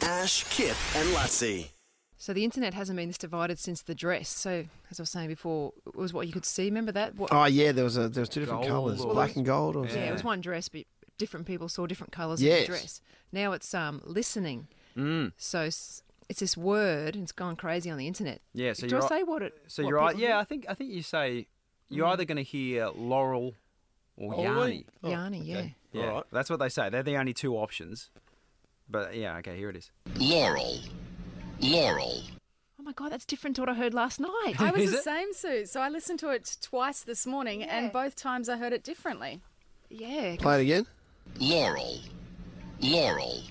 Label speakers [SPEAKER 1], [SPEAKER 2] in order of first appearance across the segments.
[SPEAKER 1] Ash, Kip, and Lassie.
[SPEAKER 2] So the internet hasn't been this divided since the dress. So as I was saying before, it was what you could see. Remember that? What,
[SPEAKER 3] Oh yeah, there was a there was two different
[SPEAKER 4] Gold
[SPEAKER 3] colours,
[SPEAKER 4] or-
[SPEAKER 3] black and gold. Or
[SPEAKER 2] yeah. it was one dress, but different people saw different colours
[SPEAKER 3] Yes.
[SPEAKER 2] of the dress. Now it's um listening. Mm. So s- it's this word, and it's gone crazy on the internet.
[SPEAKER 4] Yeah, so
[SPEAKER 2] do I
[SPEAKER 4] you're-
[SPEAKER 2] say what it?
[SPEAKER 4] So
[SPEAKER 2] what
[SPEAKER 4] you're right.
[SPEAKER 2] people
[SPEAKER 4] Yeah, I think I think you say you're either going to hear Laurel or Yanni.
[SPEAKER 2] do? Yanni, yeah.
[SPEAKER 4] Yeah,
[SPEAKER 1] Alright.
[SPEAKER 4] that's what they say. They're the only two options. But yeah, okay, here it is.
[SPEAKER 5] Laurel. Laurel.
[SPEAKER 2] Oh my god, that's different to what I heard last night.
[SPEAKER 6] I was
[SPEAKER 4] Is
[SPEAKER 6] the
[SPEAKER 4] it?
[SPEAKER 6] same, Sue. So I listened to it twice this morning, and both times I heard it differently.
[SPEAKER 2] yeah, so
[SPEAKER 3] Play it again.
[SPEAKER 5] Laurel. Laurel.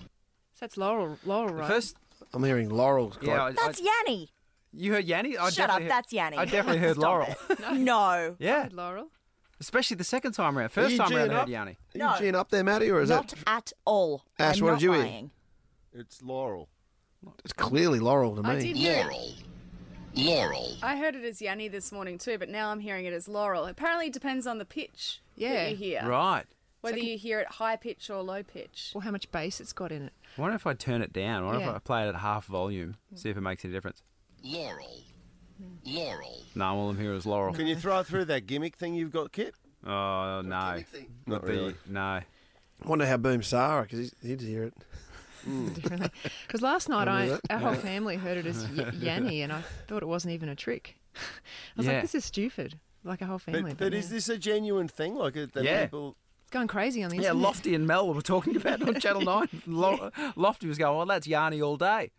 [SPEAKER 2] that's Laurel. Laurel, right?
[SPEAKER 4] First,
[SPEAKER 3] I'm hearing Laurel's quite.
[SPEAKER 4] yeah, I- I-
[SPEAKER 7] That's Yanni.
[SPEAKER 4] you heard Yanni. I
[SPEAKER 7] Shut up,
[SPEAKER 4] definitely heard-
[SPEAKER 7] that's Yanni.
[SPEAKER 4] I definitely heard
[SPEAKER 7] Stop
[SPEAKER 4] Laurel.
[SPEAKER 7] it. no.
[SPEAKER 4] yeah,
[SPEAKER 2] Laurel.
[SPEAKER 4] especially the second time around. First
[SPEAKER 3] you
[SPEAKER 4] time around,
[SPEAKER 3] geeing
[SPEAKER 4] I
[SPEAKER 3] up?
[SPEAKER 4] heard Yanni.
[SPEAKER 3] Are
[SPEAKER 7] No.
[SPEAKER 3] you geeing up there, Matty, or is
[SPEAKER 7] Not
[SPEAKER 3] it?
[SPEAKER 7] at all.
[SPEAKER 3] Ash,
[SPEAKER 7] I'm
[SPEAKER 3] what
[SPEAKER 7] not
[SPEAKER 3] did you eat?
[SPEAKER 7] lying.
[SPEAKER 8] It's Laurel.
[SPEAKER 3] It's clearly Laurel to me.
[SPEAKER 6] I did hear it.
[SPEAKER 5] Laurel. Laurel.
[SPEAKER 6] I heard it as Yanni this morning too, but now I'm hearing it as Laurel. Apparently, it depends on the pitch
[SPEAKER 2] Yeah.
[SPEAKER 6] that you hear,
[SPEAKER 4] Right.
[SPEAKER 6] whether you hear it high pitch or low pitch.
[SPEAKER 2] Well, how much bass it's got in it.
[SPEAKER 4] I wonder if I turn it down. I wonder
[SPEAKER 2] Yeah.
[SPEAKER 4] if I play it at half volume.
[SPEAKER 7] Mm.
[SPEAKER 4] See if it makes any difference. Mm.
[SPEAKER 5] Laurel. Laurel.
[SPEAKER 4] No, all I'm here is Laurel.
[SPEAKER 8] Can you throw it through that gimmick thing you've got, Kip?
[SPEAKER 4] Oh no,
[SPEAKER 8] Not
[SPEAKER 4] The-
[SPEAKER 8] really.
[SPEAKER 4] no.
[SPEAKER 3] I wonder how Boom Sarah because he'd hear it.
[SPEAKER 2] Because last night I,
[SPEAKER 3] Remember
[SPEAKER 2] our whole family heard it as y- Yanni, and I thought it wasn't even a trick. I was
[SPEAKER 4] Yeah.
[SPEAKER 2] like, this is stupid. Like a whole family.
[SPEAKER 8] But, but
[SPEAKER 2] yeah.
[SPEAKER 8] is this a genuine thing? Like uh, that
[SPEAKER 4] Yeah.
[SPEAKER 8] people?
[SPEAKER 2] It's going crazy on the
[SPEAKER 4] Yeah,
[SPEAKER 2] internet.
[SPEAKER 4] Lofty and Mel were talking about it on Channel Nine. Lo- Lofty was going, "Well, that's Yanni all day."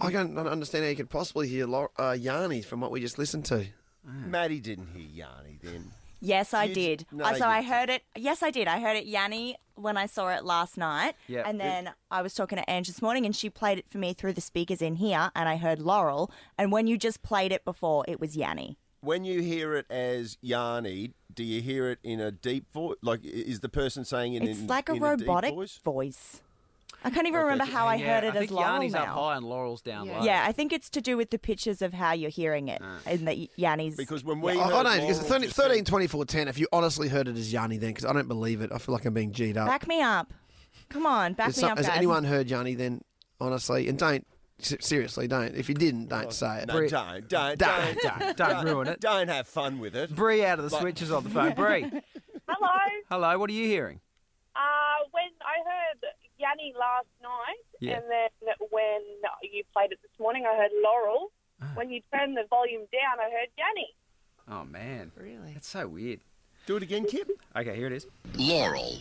[SPEAKER 3] I don't I don't understand how you could possibly hear Lau- uh, Yanni from what we just listened to.
[SPEAKER 8] Maddie didn't hear Yanni then.
[SPEAKER 7] Yes, I
[SPEAKER 8] You-
[SPEAKER 7] did.
[SPEAKER 8] no,
[SPEAKER 7] Uh, so
[SPEAKER 8] you
[SPEAKER 7] I
[SPEAKER 8] didn't.
[SPEAKER 7] heard it. Yes, I did. I heard it, Yanni, when I saw it last night.
[SPEAKER 4] Yeah,
[SPEAKER 7] and
[SPEAKER 4] it-
[SPEAKER 7] then I was talking to Ange this morning, and she played it for me through the speakers in here, and I heard Laurel. And when you just played it before, it was Yanni.
[SPEAKER 8] When you hear it as Yanni, do you hear it in a deep voice? Like, i- is the person saying it
[SPEAKER 7] It's
[SPEAKER 8] in,
[SPEAKER 7] like a
[SPEAKER 8] in
[SPEAKER 7] robotic
[SPEAKER 8] deep voice?
[SPEAKER 7] voice. I can't even remember how I
[SPEAKER 4] Yeah,
[SPEAKER 7] heard
[SPEAKER 4] I
[SPEAKER 7] it as
[SPEAKER 4] think
[SPEAKER 7] Laurel
[SPEAKER 4] Yanni's
[SPEAKER 7] now.
[SPEAKER 4] up high and Laurel's down
[SPEAKER 2] Yeah.
[SPEAKER 4] low.
[SPEAKER 7] Yeah, I think it's to do with the pictures of how you're hearing it,
[SPEAKER 4] Ah.
[SPEAKER 7] and that Yanni's.
[SPEAKER 8] Because when we
[SPEAKER 3] Oh, I, I
[SPEAKER 8] heard
[SPEAKER 3] don't because
[SPEAKER 8] Laurel
[SPEAKER 3] 13,
[SPEAKER 8] just said-
[SPEAKER 3] 13 24 10, if you honestly heard it as Yanni then, because I don't believe it. I feel like I'm being G'd up.
[SPEAKER 7] back me up. Come on, back
[SPEAKER 3] Has
[SPEAKER 7] me
[SPEAKER 3] some-
[SPEAKER 7] up,
[SPEAKER 3] has
[SPEAKER 7] guys.
[SPEAKER 3] anyone heard Yanni then, honestly? And don't, se- seriously, don't. If you didn't, don't say it.
[SPEAKER 8] no, don't, don't,
[SPEAKER 3] Don't,
[SPEAKER 8] don't,
[SPEAKER 4] don't, don't ruin it.
[SPEAKER 8] Don't have fun with it.
[SPEAKER 4] Bree out of the
[SPEAKER 8] Like-
[SPEAKER 4] switches on the phone. Bree,
[SPEAKER 9] Hello.
[SPEAKER 4] hello. What are you hearing?
[SPEAKER 9] Uh, when I heard Yanni last night,
[SPEAKER 4] Yeah.
[SPEAKER 9] and then when you played it this morning, I heard Laurel. When you turned the volume down, I heard Yanni.
[SPEAKER 4] Oh man,
[SPEAKER 2] Really?
[SPEAKER 4] that's so weird.
[SPEAKER 8] Do it again, Kip.
[SPEAKER 4] Okay, here it is.
[SPEAKER 5] Laurel.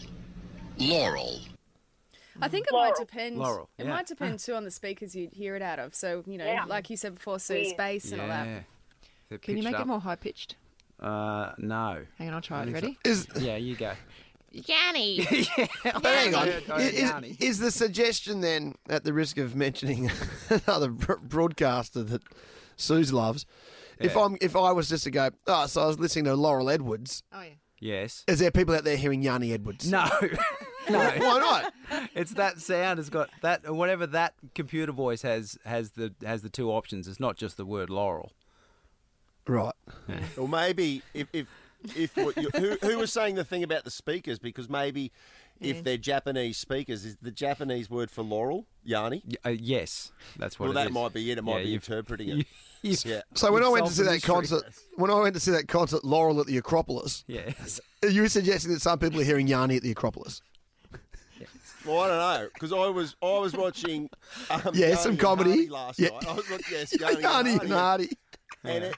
[SPEAKER 5] Laurel.
[SPEAKER 6] I think it might
[SPEAKER 9] Laurel.
[SPEAKER 6] depend.
[SPEAKER 4] Laurel,
[SPEAKER 6] It
[SPEAKER 4] yeah.
[SPEAKER 6] might depend too on the speakers you'd hear it out of. So you know,
[SPEAKER 9] Yeah.
[SPEAKER 6] like you said before, Sue,
[SPEAKER 9] Yeah.
[SPEAKER 6] space and all that.
[SPEAKER 4] Yeah. They're
[SPEAKER 2] Can you
[SPEAKER 4] pitched
[SPEAKER 2] make
[SPEAKER 4] up.
[SPEAKER 2] it more high pitched?
[SPEAKER 4] Uh, no.
[SPEAKER 2] Hang on, I'll try it.
[SPEAKER 4] think so.
[SPEAKER 2] Ready?
[SPEAKER 3] Is,
[SPEAKER 4] Yeah, you go.
[SPEAKER 2] Yanni.
[SPEAKER 3] hang on.
[SPEAKER 4] I heard- I heard
[SPEAKER 3] Is,
[SPEAKER 4] Yanni.
[SPEAKER 3] is, is the suggestion then, at the risk of mentioning another bro- broadcaster that Suze loves, if I'm if I was just to go, oh, so I was listening to Laurel Edwards,
[SPEAKER 2] Oh yeah.
[SPEAKER 4] Yes.
[SPEAKER 3] is there people out there hearing Yanni Edwards?
[SPEAKER 4] No. no.
[SPEAKER 3] Why not?
[SPEAKER 4] It's that sound. It's got that whatever that computer voice has has the has the two options. It's not just the word Laurel.
[SPEAKER 3] Right.
[SPEAKER 8] Or maybe if if if what you, who who was saying the thing about the speakers because maybe if they're Japanese speakers is the Japanese word for laurel Yanni.
[SPEAKER 4] Y- uh, yes, that's what.
[SPEAKER 8] Well,
[SPEAKER 4] it
[SPEAKER 8] that
[SPEAKER 4] is.
[SPEAKER 8] might be it. It might
[SPEAKER 4] Yeah,
[SPEAKER 8] be
[SPEAKER 4] you've-
[SPEAKER 8] interpreting
[SPEAKER 4] you-
[SPEAKER 8] it.
[SPEAKER 4] you've-
[SPEAKER 8] yeah.
[SPEAKER 3] So when I
[SPEAKER 4] You've
[SPEAKER 3] went to
[SPEAKER 4] solved
[SPEAKER 3] see
[SPEAKER 4] the
[SPEAKER 3] that
[SPEAKER 4] mystery.
[SPEAKER 3] concert, when I went to see that concert, Laurel at the Acropolis,
[SPEAKER 4] Yes.
[SPEAKER 3] you were suggesting that some people are hearing Yanni at the Acropolis.
[SPEAKER 8] Well, I don't know because I was I was watching. Um,
[SPEAKER 3] Yeah,
[SPEAKER 8] Yanni
[SPEAKER 3] some
[SPEAKER 8] and
[SPEAKER 3] comedy.
[SPEAKER 8] Hardy last
[SPEAKER 3] Yeah.
[SPEAKER 8] night. I was watching, yes, Yanni,
[SPEAKER 3] Yanni,
[SPEAKER 8] and Hardy,
[SPEAKER 3] and
[SPEAKER 8] and
[SPEAKER 3] Hardy.
[SPEAKER 8] it.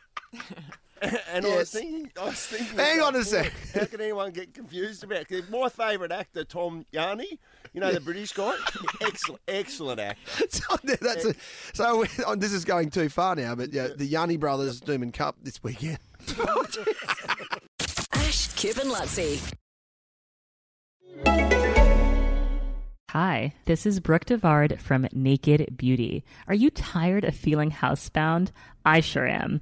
[SPEAKER 8] And I was
[SPEAKER 3] Yes.
[SPEAKER 8] thinking, I was thinking.
[SPEAKER 3] Hang
[SPEAKER 8] about,
[SPEAKER 3] on a
[SPEAKER 8] boy,
[SPEAKER 3] sec.
[SPEAKER 8] How can anyone get confused about? 'cause my favourite actor, Tom Yanni, you know the British guy, excellent, excellent actor.
[SPEAKER 3] So that's a, so we- oh, this is going too far now, but yeah, the Yanni brothers Newman Cup this weekend.
[SPEAKER 10] Ash, Kip, and Lutzi.
[SPEAKER 11] Hi, this is Brooke Devard from Naked Beauty. Are you tired of feeling housebound? I sure am.